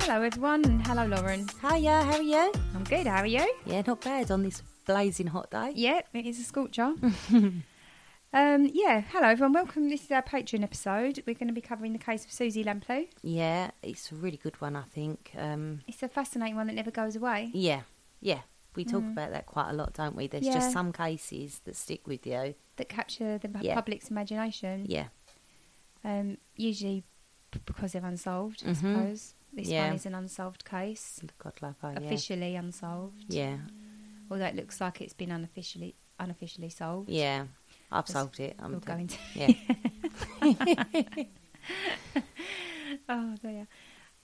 Hello, everyone, and hello, Lauren. Hiya, how are you? I'm good. How are you? Yeah, not bad on this blazing hot day. Yeah, it is a scorcher. um, yeah, hello, everyone. Welcome. This is our Patreon episode. We're going to be covering the case of Susie Lampley. Yeah, it's a really good one, I think. Um, It's a fascinating one that never goes away. yeah, yeah. We talk about that quite a lot, don't we? There's Yeah. just some cases that stick with you. That capture the pu- Yeah. public's imagination. Yeah, Um, usually b- because they're unsolved, I Mhm. suppose. This Yeah. one is an unsolved case, God love her. Yeah. officially unsolved. Yeah, Although it looks like it's been unofficially unofficially solved. yeah. I've Just- solved it. I'm we'll go done. into- Yeah, Oh, there.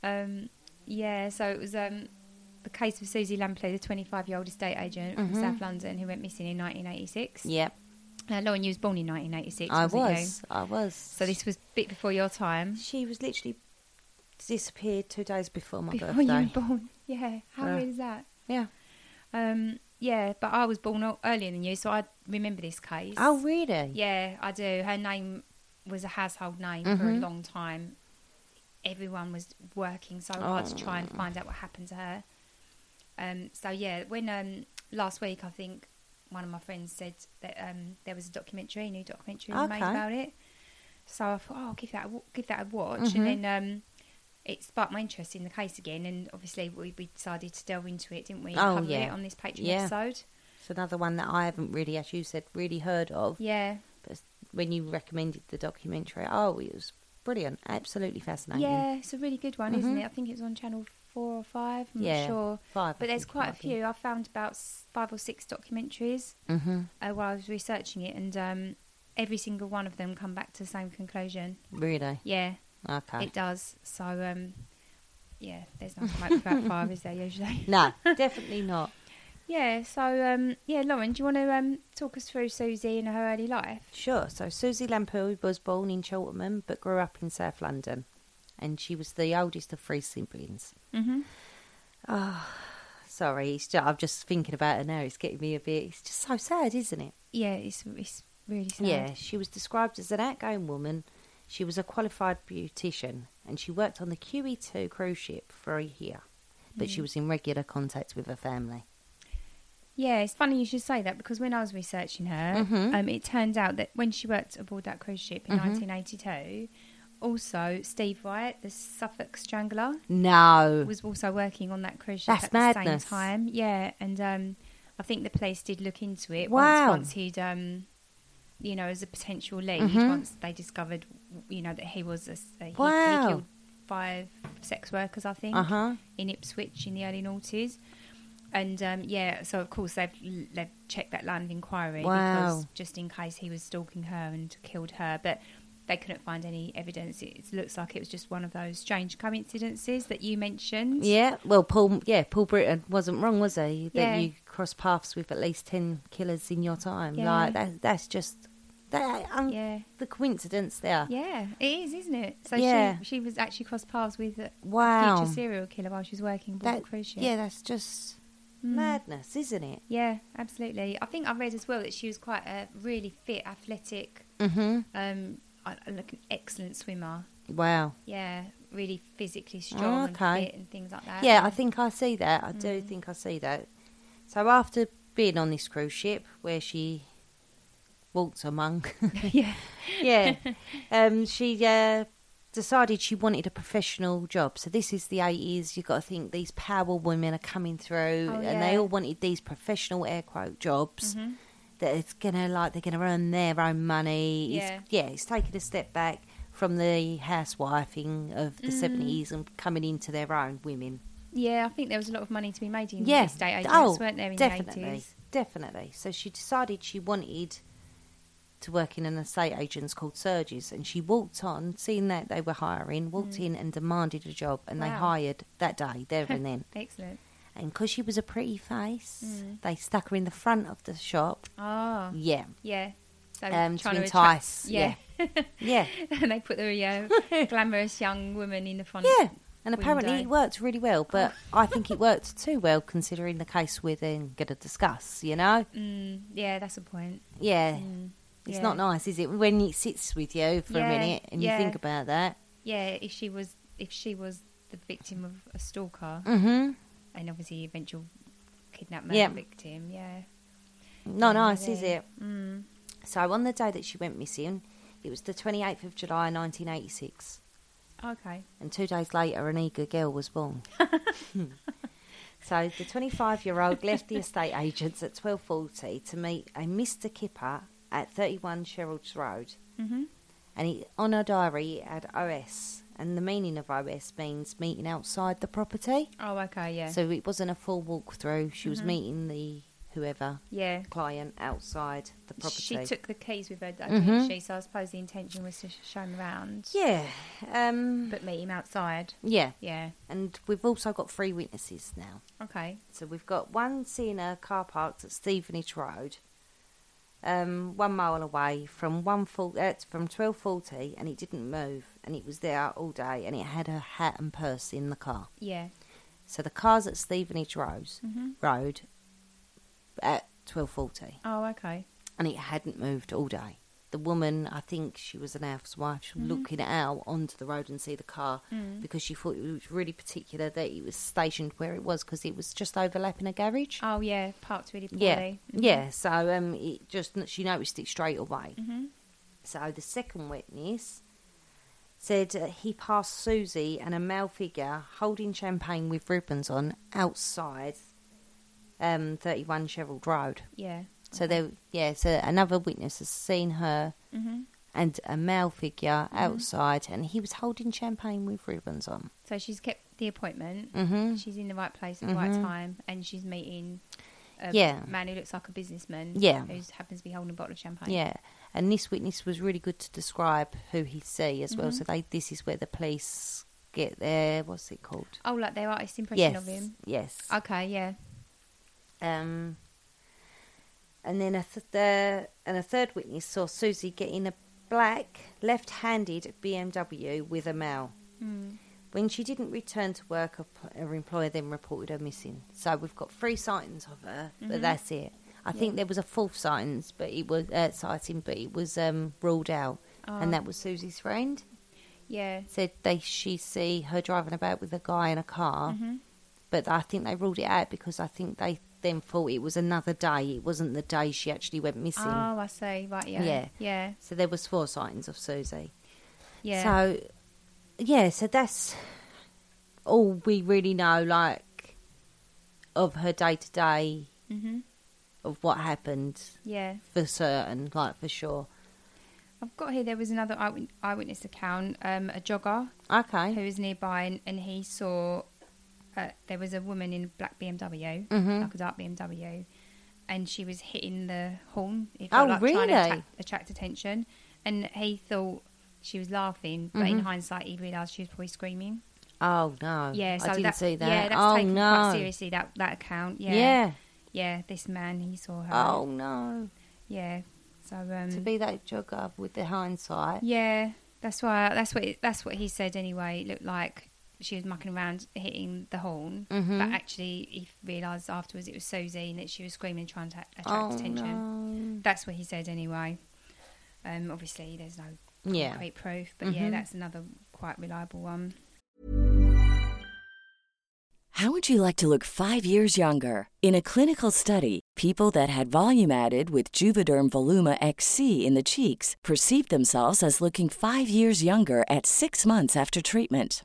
Um, yeah, so it was um, the case of Susie Lampley, the 25 year old estate agent from South London who went missing in 1986. Mm-hmm. yeah. Uh, Lauren, you was born in 1986. I wasn't you? was. I was. So this was a bit before your time. She was literally disappeared two days before my before birthday. you were born. Yeah, how Yeah. weird is that? Yeah. Um, yeah, but I was born o- earlier than you, so I remember this case. Oh, really? Yeah, I do. Her name was a household name for Mm-hmm. a long time. Everyone was working so hard to try and find out what happened to her. Um, so yeah, when um, last week I think one of my friends said that um, there was a documentary, a new documentary made Okay. about it. So I thought, oh, I'll give that a, wa- give that a watch, Mm-hmm. and then um, it sparked my interest in the case again. And obviously, we, we decided to delve into it, didn't we? and Oh, cover yeah. it on this Patreon Yeah. episode. It's another one that I haven't really, as you said, really heard of. Yeah, But when you recommended the documentary, oh, it was brilliant. Absolutely fascinating. Yeah, it's a really good one, isn't it? I think it was on channel four or five. I'm Mm-hmm. Yeah, not sure. five, I But there's think it quite a might be. few. I found about s- five or six documentaries Mm-hmm. uh, while I was researching it, and um, every single one of them come back to the same conclusion. Really? Yeah, Okay. it does. So, um, yeah, there's no smoke without fire, is there? Usually. No, definitely not. Yeah. So, um, yeah, Lauren, do you want to um, talk us through Susie and her early life? Sure. So Susie Lampoon was born in Cheltenham but grew up in South London, and she was the oldest of three siblings. Mm-hmm. Oh, sorry. It's just, I'm just thinking about her now. It's getting me a bit. It's just so sad, isn't it? Yeah, it's it's really sad. Yeah, she was described as an outgoing woman. She was a qualified beautician and she worked on the QE2 cruise ship for a year, but Mm. she was in regular contact with her family. Yeah, it's funny you should say that because when I was researching her, um, it turned out that when she worked aboard that cruise ship in 1982, also Steve Wright, the Suffolk Strangler, No. was also working on that cruise ship That's at the madness. same time. Yeah, and um, I think the police did look into it Wow. once, once he'd, um, you know, as a potential lead, Mm-hmm. once they discovered, you know, that he was a, s- a- he- he, Wow. killed five sex workers, I think, Uh-huh. in Ipswich in the early noughties. And um, yeah, so of course they've they've checked that line of inquiry because Wow. just in case he was stalking her and killed her, but they couldn't find any evidence. It looks like it was just one of those strange coincidences that you mentioned. Yeah, well, Paul. Yeah, Paul Britton wasn't wrong, was he? That Yeah. you cross paths with at least ten killers in your time. Yeah. Like that. That's just that. Um, Yeah. The coincidence there. Yeah, it is, isn't it? So Yeah. she she was actually crossed paths with a Wow. future serial killer while she was working aboard That, the cruise ship. Mm. yeah, that's just Madness, isn't it? Yeah, absolutely. I think I read as well that she was quite a really fit, athletic, Mm-hmm. um, I- I like an excellent swimmer. Wow. Yeah, really physically strong Oh, okay. and fit and things like that. Mm. Yeah, I think I see that. I do think I see that. So after being on this cruise ship where she walked among, yeah, yeah, um, she uh, decided she wanted a professional job. So this is the eighties. You've got to think these power women are coming through, Oh, and they yeah. Mm-hmm. all wanted these professional air quote jobs. That it's gonna like they're gonna earn their own money. It's- yeah, it's taking a step back from the housewifing of Mm. the seventies and coming into their own women. yeah. I think there was a lot of money to be made in Yeah. estate agents, oh, weren't there? In definitely, the eighties. definitely. So she decided she wanted to work in an estate agent's called Surges, and she walked on, seeing that they were hiring, walked in and demanded a job, and they Mm. Wow. hired that day, there and then. Excellent. And because she was a pretty face, Mm. they stuck her in the front of the shop. Oh, Yeah, yeah. So Mm. Um, to trying to, entice, attract- yeah. yeah, and they put the uh, glamorous young woman in the front. yeah. And apparently window. it worked really well, but I think it worked too well considering the case we're then going to discuss, you know? Mm, yeah, that's a point. Yeah. It's Mm. yeah. not nice, is it? When it sits with you for a Yeah, minute and yeah. you think about that. Yeah, if she was if she was the victim of a stalker Mm-hmm. and obviously eventual kidnapper Yeah. victim, yeah. Not nice, is yeah. it? Mm. So on the day that she went missing, it was the 28th of July 1986. Okay. And two days later, an eager girl was born. so the 25-year-old left the estate agents at 12.40 to meet a Mr. Kipper at 31 Sherald's Road. Mhm. And he, on her diary, it had OS. And the meaning of OS means meeting outside the property. Oh, okay, yeah. Mm-hmm. So it wasn't a full walkthrough. She was meeting the whoever yeah. client outside the property. Mm-hmm. She took the keys with her, though, didn't she? So I suppose the intention was to sh- show him around, yeah, um, but meet him outside. yeah, Yeah. and we've also got three witnesses now. Okay. So we've got one seeing her car parked at Stevenage Road, um, one mile away from one full, uh, from twelve forty, and it didn't move, and it was there all day, and it had her hat and purse in the car. Yeah. So the car's at Stevenage Road, Mm-hmm. road at twelve forty. Oh, okay. and it hadn't moved all day. The woman, I think she was an housewife, she Mm-hmm. was looking out onto the road and see the car Mm. because she thought it was really particular that it was stationed where it was because it was just overlapping a garage. Oh, yeah. Parked really poorly. Mm-hmm. yeah, yeah. So um, it just she noticed it straight away. Mm-hmm. So the second witness said uh, he passed Susie and a male figure holding champagne with ribbons on outside um, 31 Sherald Road. Yeah. So there, yeah. So another witness has seen her Mm-hmm. and a male figure outside, and he was holding champagne with ribbons on. So she's kept the appointment. Mhm. She's in the right place at the right time, and she's meeting a Mm-hmm. Yeah. man who looks like a businessman. Yeah. Who happens to be holding a bottle of champagne. Yeah, and this witness was really good to describe who he see as Mm-hmm. well. So they, this is where the police get their what's it called? Oh, like their artist impression Yes, of him. yes. Okay. Yeah. Um, and then a th- the, and a third witness saw Susie getting a black left-handed BMW with a male. When she didn't return to work, her pl- her employer then reported her missing. So we've got three sightings of her, but that's it. I think there was a fourth sightings, but it was uh, sighting, but it was um, ruled out, and that was Susie's friend Yeah. said they she see her driving about with a guy in a car, Mm-hmm. but I think they ruled it out because I think they then thought it was another day. It wasn't the day she actually went missing. Oh, I see. Right. Yeah. Yeah. Yeah. So there was four sightings of Susie. Yeah. So yeah, so that's all we really know, like of her day to day, Mm-hmm. of what happened yeah. for certain, like for sure. I've got here. There was another eyewit- eyewitness account. Um, a jogger who Okay. was nearby, and, and he saw uh, there was a woman in a black BMW, Mm-hmm. like a dark BMW, and she was hitting the horn. It felt Oh, like Trying to really? attract, attract attention, and he thought she was laughing, but in hindsight, he realised she was probably screaming. Oh no. Yeah, so Mm-hmm. I didn't that, see that. Yeah, that's oh taken no. quite seriously. That that account. Yeah, yeah. yeah, This man, he saw her. Oh no. yeah. So um, to be that jogger with the hindsight. Yeah, that's why. That's what. It, that's what he said. Anyway, it looked like she was mucking around hitting the horn, but actually he realised afterwards it was Susie and that she was screaming trying to attract Oh, attention. That's what he said anyway. Um, obviously, there's no Yeah. concrete proof, but yeah, that's another quite reliable one. How would you like to look five years younger? In a clinical study, people that had volume added with Juvederm Voluma XC in the cheeks perceived themselves as looking five years younger at six months after treatment.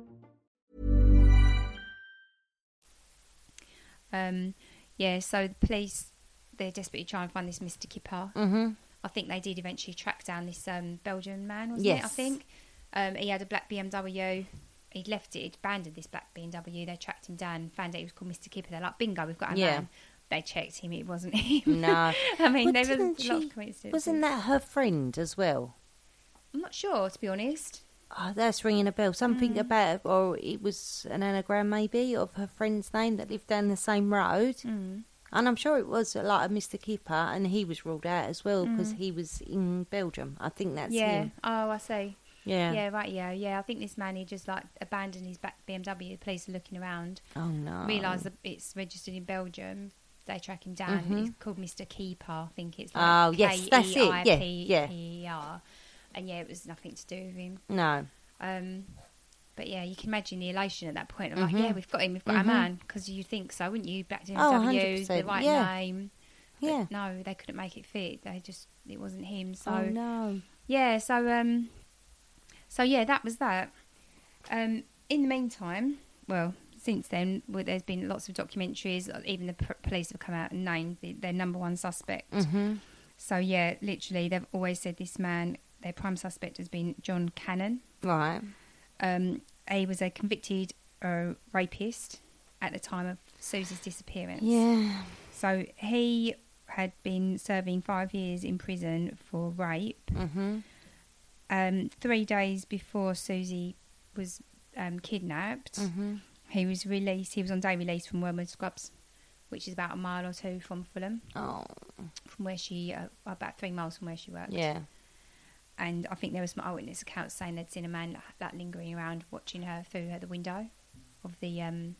Um, yeah, so the police they're desperately trying to find this Mr. Kipper. Mm-hmm. I think they did eventually track down this um, Belgian man, wasn't it? I Yes. think um, he had a black BMW. He'd left it, he'd abandoned this black BMW. They tracked him down, and found out he was called Mr. Kipper. They're like, bingo, we've got a Yeah. man. They checked him; it wasn't him. No. I mean, there was a didn't lot she- of coincidences. Wasn't that her friend as well? I'm not sure, to be honest. Oh, that's ringing a bell. Mm. Something about, or it was an anagram maybe of her friend's name that lived down the same road. Mm. And I'm sure it was a lot of Mr. Keeper, and he was ruled out as well because he was in Belgium. I think that's Mm. yeah. him. Oh, I see. Yeah. Yeah. right. Yeah, yeah. I think this man he just like abandoned his black BMW. The police are looking around. Oh no. realise that it's registered in Belgium. They track him down. It's called Mr. Keeper. I think it's like Mm-hmm. E Oh, yes, that's it. Yeah, K-E-I-P-E-R. And yeah, it was nothing to do with him. No. Um, but yeah, you can imagine the elation at that point. I'm Mm-hmm. like, yeah, we've got him. We've got our man. Because you think so, wouldn't you? Black Oh, BMW, the 100%, right yeah. name. But Yeah. No, they couldn't make it fit. They just it wasn't him. So oh no. yeah, so um, so yeah, that was that. Um, in the meantime, well, since then, well, there's been lots of documentaries. uh, Even the p- police have come out and named the, their number one suspect. So yeah, literally, they've always said this man, their prime suspect, has been John Cannon. Right. Um, he was a convicted uh, rapist at the time of Susie's disappearance. Yeah. So he had been serving five years in prison for rape. Mm-hmm. Um, three days before Susie was um, kidnapped, he was released. He was on day release from Wormwood Scrubs, which is about a mile or two from Fulham, Oh from where she uh, about three miles from where she worked. yeah. And I think there was some eyewitness accounts saying they'd seen a man like, like lingering around, watching her through her, the window of the um,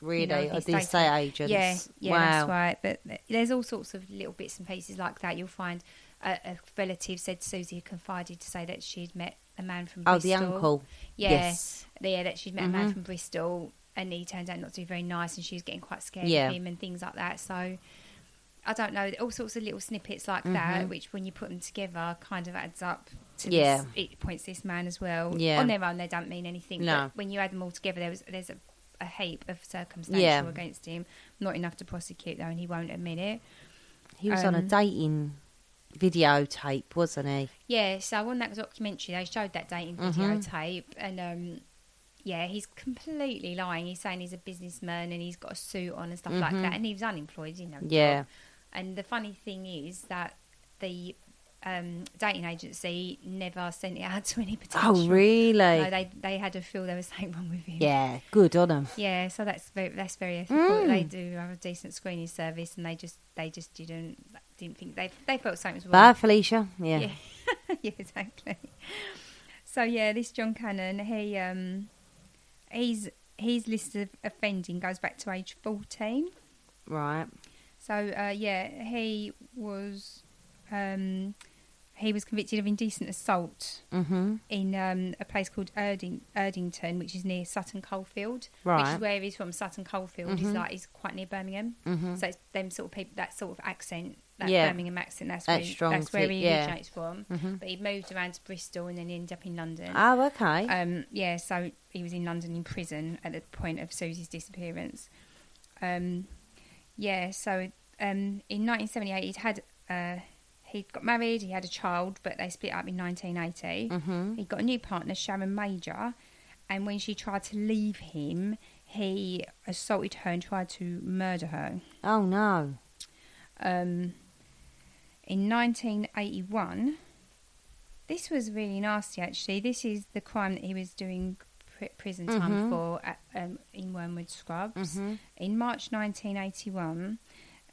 Really, you know, or these the data- estate agents. Yeah, yeah, wow. that's right. But th- there's all sorts of little bits and pieces like that. You'll find a, a relative said Susie had confided to say that she'd met a man from Oh, the Bristol. uncle. Yeah, Yes. Mm-hmm. yeah, that she'd met a man from Bristol, and he turned out not to be very nice, and she was getting quite scared Yeah. of him and things like that. So. I don't know, all sorts of little snippets like that, which when you put them together, kind of adds up. To Mm-hmm. Yeah. this, it points to this man as well. Yeah. on their own, they don't mean anything. No. but when you add them all together, there was there's a, a heap of circumstantial Yeah. against him. Not enough to prosecute though, and he won't admit it. He was on a Um, dating videotape, wasn't he? Yeah, so on that documentary, they showed that dating Mm-hmm. videotape, and um, yeah, he's completely lying. He's saying he's a businessman and he's got a suit on and stuff like that, and he was unemployed, you know. Mm-hmm. Yeah. And the funny thing is that the um, dating agency never sent it out to any potential. Oh, really? No, they they had a feel there was something wrong with him. yeah, good on him. Yeah, so that's very that's very ethical. They do have a decent screening service, and they just they just didn't didn't think they they felt something was Bye, wrong. Felicia. Yeah. Yeah. yeah, exactly. So yeah, this John Cannon, he um, he's his list of offending goes back to age fourteen. Right. So uh, yeah, he was um, he was convicted of indecent assault Mm-hmm. in um, a place called Erding- Erdington, which is near Sutton Coldfield, which Right. Mm-hmm. is where he's from. Sutton Coldfield is like is quite near Birmingham, so it's them sort of people that sort of accent. That Yeah. Birmingham accent, that's, That where, strong that's where tea- he yeah. originates from. But he moved around to Bristol and then he ended up in London. Mm-hmm. Oh, okay. Um, yeah, so he was in London in prison at the point of Susie's disappearance. Um, yeah, so um, in 1978 he'd had uh, he'd got married, he had a child, but they split up in 1980. Mm-hmm. He got a new partner, Sharon Major, and when she tried to leave him, he assaulted her and tried to murder her. oh no. Um, in 1981. This was really nasty, actually. This is the crime that he was doing pr- prison time Mm-hmm. for at, um, in Wormwood Scrubs. In March 1981,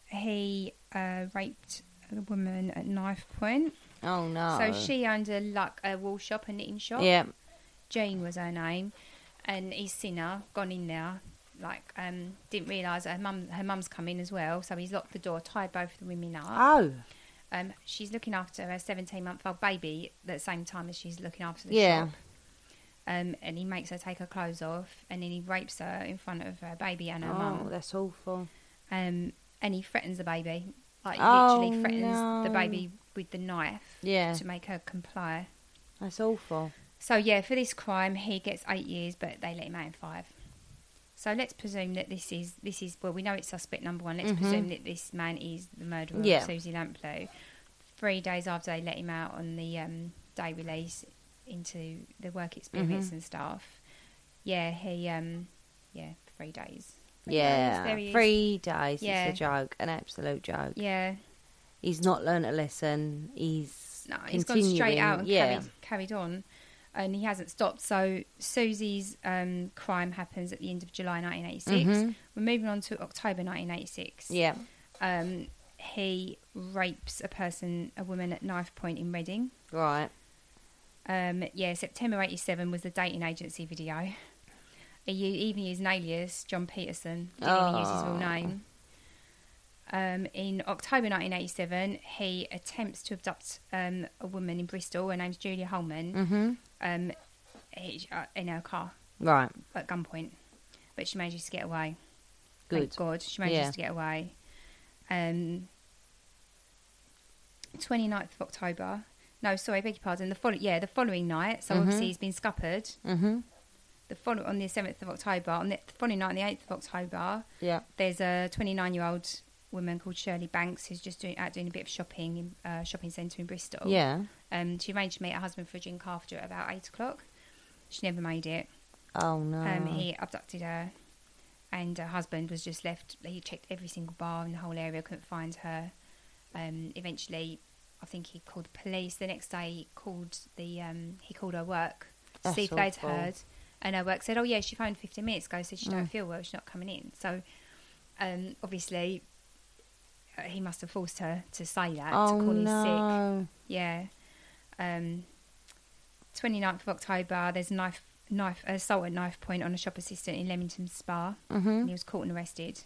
he uh, raped a woman at knife point. Oh no. So she owned a like a wool shop, a knitting shop. Yeah. Jane was her name, and he's seen her, gone in there, like um, didn't realise her mum her mum's come in as well. So he's locked the door, tied both the women up. Oh. Um, she's looking after her 17 month old baby at the same time as she's looking after the Yeah. shop. Um, and he makes her take her clothes off and then he rapes her in front of her baby and her Oh, mum. that's awful. Um, and he threatens the baby. Like, Oh, literally threatens the no. baby with the knife Yeah. to make her comply. That's awful. So, yeah, for this crime, he gets eight years, but they let him out in five. So let's presume that this is this is well we know it's suspect number one. Let's presume that this man is the murderer Yeah. of Susie Lamplow. Three days after they let him out on the um, day release into the work experience and stuff, yeah, he um, yeah three days. Three days, Yeah. there he is. Three days. Yeah. It's a joke. An absolute joke. Yeah, He's not learnt a lesson. He's no, he's gone straight continuing- out and yeah. carried, carried on, and he hasn't stopped. So Susie's um, crime happens at the end of July 1986. We're moving on to October 1986. Mm-hmm. Yeah. um, he rapes a person, a woman at knife point in Reading. Right. Um, yeah, September 87 was the dating agency video. He u- even used an alias, John Peterson. Didn't even use his real name. Um, in October 1987, he attempts to abduct um, a woman in Bristol. Her name's Julia Holman. Um, he- uh, in her car Right. at gunpoint, but she manages to get away. Good. Thank God, she manages Yeah. to get away. Um, 29th of October. No, sorry, beg your pardon. The follow- yeah, the following night. Mm-hmm. So obviously he's been scuppered. Mm-hmm. The follow- on the 7th of October, on the, the following night, on the 8th of October, Yeah. there's a 29 year old woman called Shirley Banks who's just doing out doing a bit of shopping in uh, shopping centre in Bristol. Yeah. Um, she arranged to meet her husband for a drink after at about eight o'clock. She never made it. Oh no. Um, he abducted her, and her husband was just left. He checked every single bar in the whole area, couldn't find her. Um, eventually, I think he called the police. The next day, he called the um, he called her work to That's see if they'd awful. Mm. heard, and her work said, "Oh yeah, she phoned 15 minutes ago, said she don't feel well, she's not coming in." So, um, obviously, uh, he must have forced her to say that oh to call him sick. no. Yeah. Um, 29th of October, there's a knife, knife assault at knife point on a shop assistant in Leamington Spa. Mm-hmm. And he was caught and arrested.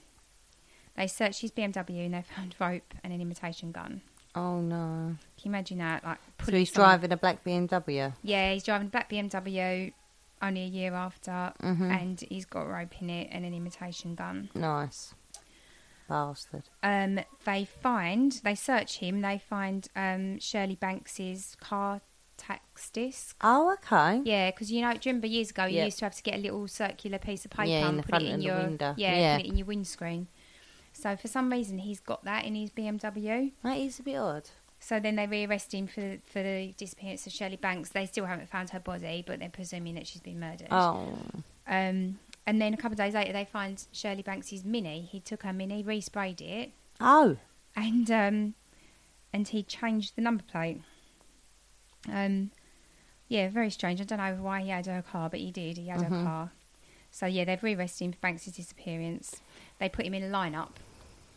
They searched his BMW and they found rope and an imitation gun. Oh no. Can you imagine that? Like, So pulling he's someone- driving a black BMW. Yeah, he's driving a black BMW only a year after, Mm-hmm. and he's got a rope in it and an imitation gun. Nice. Bastard. um, they find they search him. They find um, Shirley Banks's car tax disc. Oh, okay. Yeah, because you know, do you remember years ago you Yeah. used to have to get a little circular piece of paper Yeah, in and the put front it in of the your window. yeah, Yeah. put it in your windscreen. So for some reason he's got that in his BMW. That is a bit odd. So then they rearrest him for the, for the disappearance of Shirley Banks. They still haven't found her body, but they're presuming that she's been murdered. Oh, Um, and then a couple of days later, they find Shirley Banks's mini. He took her mini, resprayed it, oh, and um, and he changed the number plate. Um, yeah, very strange. I don't know why he had her car, but he did. He had her car. So yeah, they've rearrested him for Banks's disappearance. They put him in a lineup,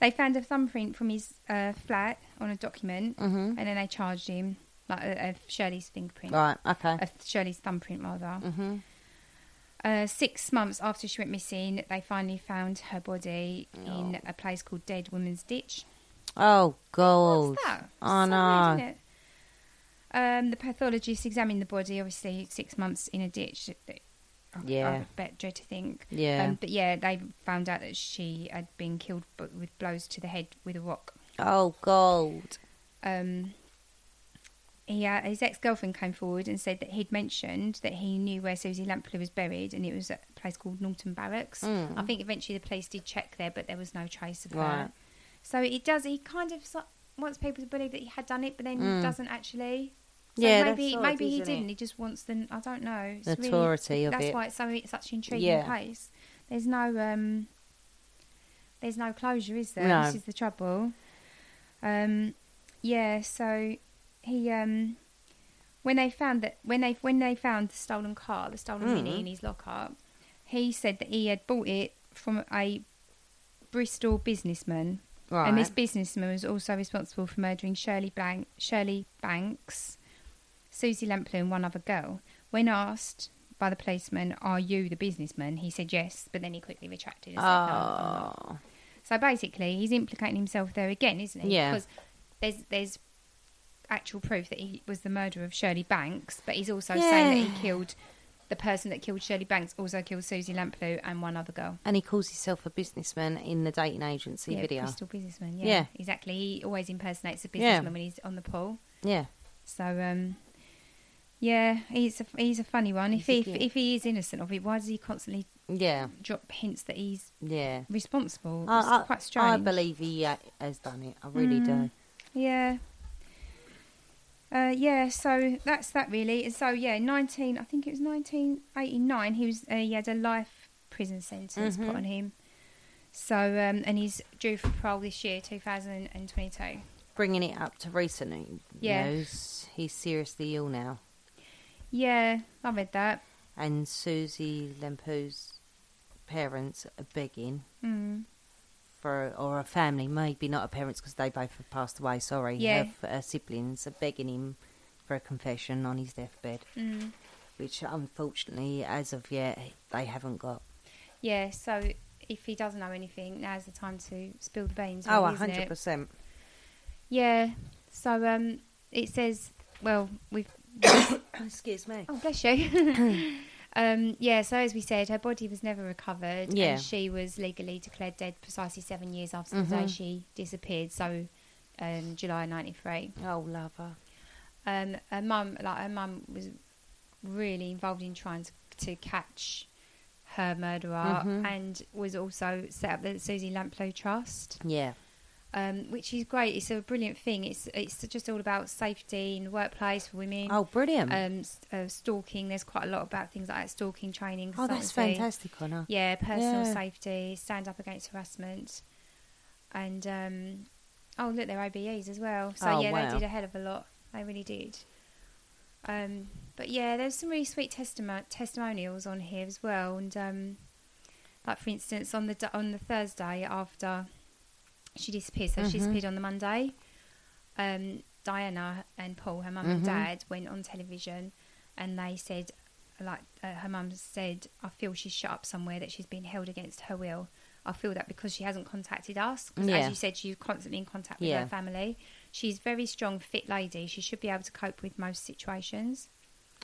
They found a thumbprint from his uh, flat on a document, and then they charged him like uh, uh, Shirley's fingerprint, Mm-hmm. Right, okay. Mm-hmm. uh, Shirley's thumbprint rather. Uh, six months after she went missing, they finally found her body in a place called Dead Woman's Ditch. Oh, God. What's that? Oh, So no. weird, isn't it? Um, the pathologist examined the body, obviously, six months in a ditch. I- Yeah. I bet dread to think. Yeah. Um, but yeah, they found out that she had been killed bu- with blows to the head with a rock. Oh, God. Um, he, uh, his ex girlfriend came forward and said that he'd mentioned that he knew where Susie Lampley was buried, and it was at a place called Norton Barracks. I think eventually the police did check there, but there was no trace of Right. her. So it does. He kind of so- wants people to believe that he had done it, but then doesn't actually. So Yeah, that's maybe odd, maybe he isn't it? didn't. He just wants the. I don't know. It's Notoriety really, of That's it. why it's so it's such an intriguing Yeah. case. There's no um. There's no closure, is there? No. This is the trouble. Um, yeah. So he um, when they found that when they when they found the stolen car, the stolen Hmm. mini in his lockup, he said that he had bought it from a Bristol businessman, and this Right. businessman was also responsible for murdering Shirley Blank, Shirley Banks, Susie Lampley, and one other girl. When asked by the policeman, "Are you the businessman?" he said yes, but then he quickly retracted and said, "No, I'm not." Oh. So basically, he's implicating himself there again, isn't he? Yeah. Because there's there's actual proof that he was the murderer of Shirley Banks, but he's also saying that he killed the person that killed Shirley Banks, also killed Susie Lamplugh and one other girl. And he calls himself a businessman in the dating agency yeah, video. Bristol businessman. Yeah, Yeah. exactly. He always impersonates a Yeah. businessman when he's on the pool. Yeah. So um, yeah, he's a he's a funny one. If he, He's a if, git. if he is innocent of it, why does he constantly Yeah. drop hints that he's Yeah. responsible? It's I, I- quite strange. Mm. I believe he uh, has done it. I really do. Yeah. Uh, yeah, so that's that really. And so yeah, nineteen. I think it was nineteen eighty nine. He was uh, he had a life prison sentence Mm-hmm. put on him. So um, and he's due for parole this year, two thousand and twenty two. Bringing it up to recent Yeah. news, he's seriously ill now. Yeah, I read that. And Susie Lempo's parents are begging Mm. for, or a family, maybe not her parents because they both have passed away, sorry, Yeah. her, her siblings are begging him for a confession on his deathbed, Mm. which unfortunately, as of yet, they haven't got. Yeah, so if he doesn't know anything, now's the time to spill the beans. Oh, really, a isn't it? 100%. Yeah. So um, it says well we've Excuse me. Oh, bless you. um, yeah, so as we said, her body was never recovered. Yeah. Mm-hmm. And she was legally declared dead precisely seven years after the day she disappeared. So um, July '93. Oh, lover. Um, her mum, like her mum, was really involved in trying to, to catch her murderer, and was also set up the Susie Lamplow Trust Yeah. um, which is great. It's a brilliant thing. It's it's just all about safety in the workplace for women. Oh, brilliant. Um, s- uh, stalking. There's quite a lot about things like that. Stalking training. Oh, that's consultancy. fantastic, Connor. Yeah, personal Yeah. safety. Stand up against harassment. And um, oh, look, they're OBEs as well. So Oh, yeah, wow. they did a hell of a lot. They really did. Um, but yeah, there's some really sweet testimo- testimonials on here as well, and um, like for instance, on the d- on the Thursday after she disappeared, so Mm-hmm. she disappeared on the Monday. Um, Diana and Paul, her mum Mm-hmm. and dad, went on television, and they said, like uh, her mum said, I feel she's shut up somewhere that she's been held against her will. I feel that because she hasn't contacted us. 'Cause Yeah. as you said, she's constantly in contact with Yeah. her family. She's a very strong, fit lady. She should be able to cope with most situations.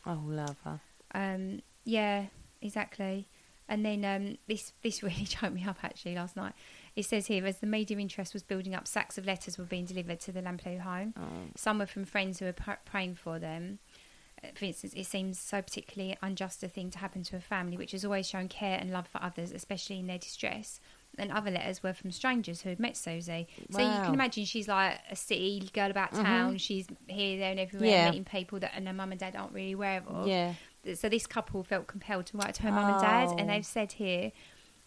Oh, lover. Um, yeah, exactly. And then um, this this really choked me up actually last night. It says here as the media interest was building up, sacks of letters were being delivered to the Lamplow home. Oh. Some were from friends who were pr- praying for them. Uh, For instance, it seems so particularly unjust a thing to happen to a family which has always shown care and love for others, especially in their distress. And other letters were from strangers who had met Susie. So you Wow. Mm-hmm. can imagine she's like a city girl about town. She's here, there, and everywhere, Yeah. meeting people that and her mum and dad aren't really aware of Yeah. so this couple felt compelled to write to her mum and dad, and Oh. they've said here,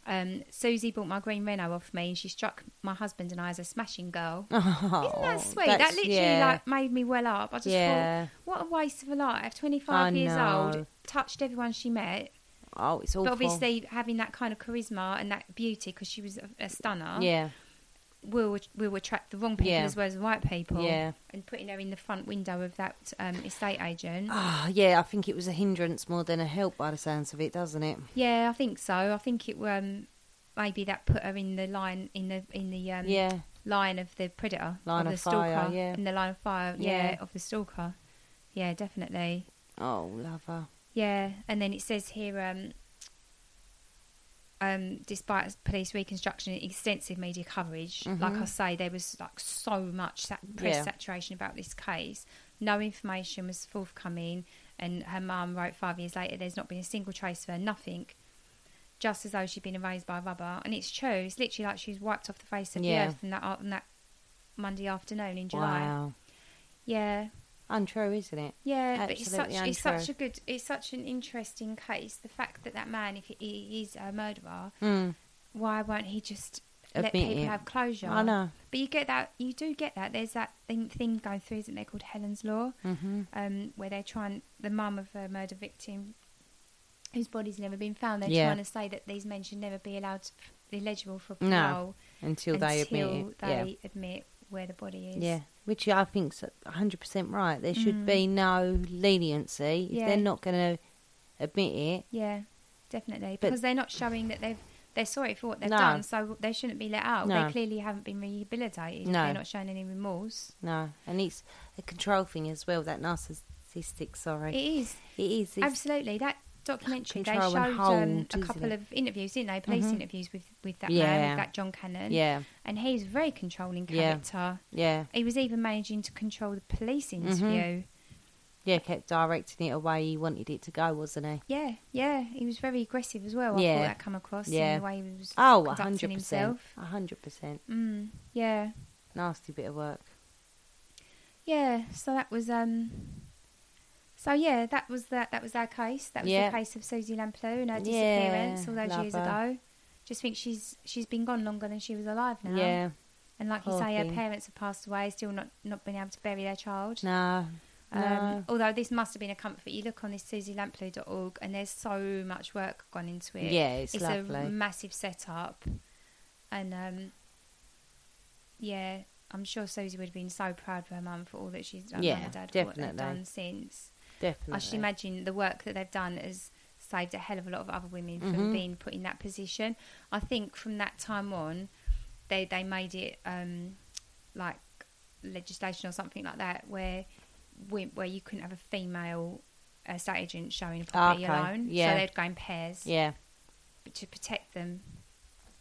um, Susie bought my green Renault off me, and she struck my husband and I as a smashing girl. Oh, Isn't that sweet? That that's- literally yeah. like made me well up. I just Yeah. thought, what a waste of a life. Twenty five I years know. old, touched everyone she met, Oh, it's awful. but obviously having that kind of charisma and that beauty because she was a, a stunner. Yeah. will will attract the wrong people Yeah. as well as the right people. Yeah. and putting her in the front window of that um, estate agent. Oh, yeah, I think it was a hindrance more than a help by the sounds of it, doesn't it? Yeah, I think so. I think it um maybe that put her in the line in the in the um Yeah. line of the predator, Line of the of fire, stalker, yeah. in the line of fire, yeah, Yeah. of the stalker. Yeah, definitely. Oh, lover. Yeah, and then it says here um um, despite police reconstruction and extensive media coverage, like I say, there was like so much sa- press Mm-hmm. Yeah. saturation about this case. No information was forthcoming, and her mum wrote five years later, "There's not been a single trace of her, nothing." Just as though she'd been erased by rubber, and it's true. It's literally like she's wiped off the face of Yeah. the earth on that on that Monday afternoon in July. Wow. Yeah, Untrue, isn't it? yeah, but it's such Absolutely it's such a untrue. good it's such an interesting case. The fact that that man, if he- he is a murderer, Hmm. why won't he just let Admit people it. have closure? I know. But you get that you do get that. There's that thing, thing going through, isn't there, called Helen's Law, Mm-hmm. um, where they're trying the mum of a murder victim whose body's never been found. They're Yeah. trying to say that these men should never be allowed to be eligible for No, parole Until they admit until it. they admit where the body yeah. is. Yeah. Which I think's 100% right. There should be no leniency. If Mm. Yeah. they're not going to admit it, Yeah, definitely. Because they're not showing that they've they're sorry for what they've No. done, so they shouldn't be let out. No. They clearly haven't been rehabilitated. No. They're not showing any remorse. no. And it's a control thing as well, that narcissistic, sorry. It is It is. It's, absolutely that documentary. They control and showed hold, um, a isn't couple it? Mm-hmm. of interviews, didn't they? Police interviews with with that man, Yeah. with that John Cannon. Yeah. and he's a very controlling Yeah. character. Yeah. He was even managing to control the police Mm-hmm. interview. Yeah, kept directing it away he wanted it to go, wasn't he? Yeah, yeah, he was very aggressive as well. I Yeah. thought that come across Yeah. in the way he was Oh, a conducting 100%. himself. a 100%. Mm, yeah. Nasty bit of work. Yeah, so that was um so yeah, that was that that was our case. That was Yeah. the case of Susie Lamplow and her Yeah, disappearance all those love years her. ago. Just think she's she's been gone longer than she was alive now. Yeah. And like you poor say, thing. her parents have passed away, still not not been able to bury their child. No. Um, no. Although this must have been a comfort. You look on this susielamploo.org and there's so much work gone into it. Yeah, it's lovely. a massive setup. And um, yeah, I'm sure Susie would have been so proud of her mum for all that she's done, Yeah, mum and dad, for what definitely. they've done since. Definitely. I should imagine the work that they've done has saved a hell of a lot of other women Mm-hmm. from being put in that position. I think from that time on, they they made it um, like legislation or something like that where we, where you couldn't have a female estate agent showing a property Ah, Okay, alone. yeah. So they'd go in pairs Yeah. to protect them.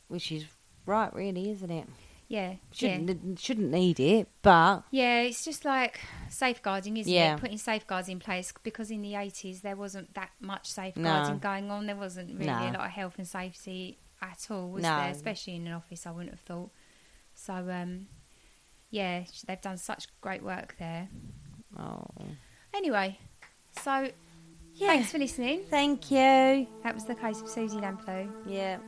Which is right, really, isn't it? Yeah. Shouldn't yeah. shouldn't need it, but Yeah, it's just like safeguarding, isn't Yeah. it? Putting safeguards in place because in the 80s there wasn't that much safeguarding No. going on. There wasn't really No. a lot of health and safety at all, was No. there? Especially in an office, I wouldn't have thought. So, um, yeah, sh- they've done such great work there. oh, Anyway, so yeah. thanks for listening. Thank you. That was the case of Susie Lamplow. Yeah. Ah.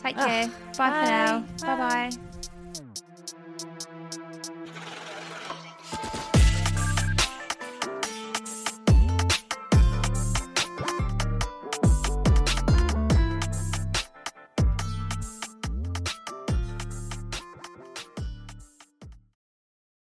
Take care. Bye, for now. Bye bye.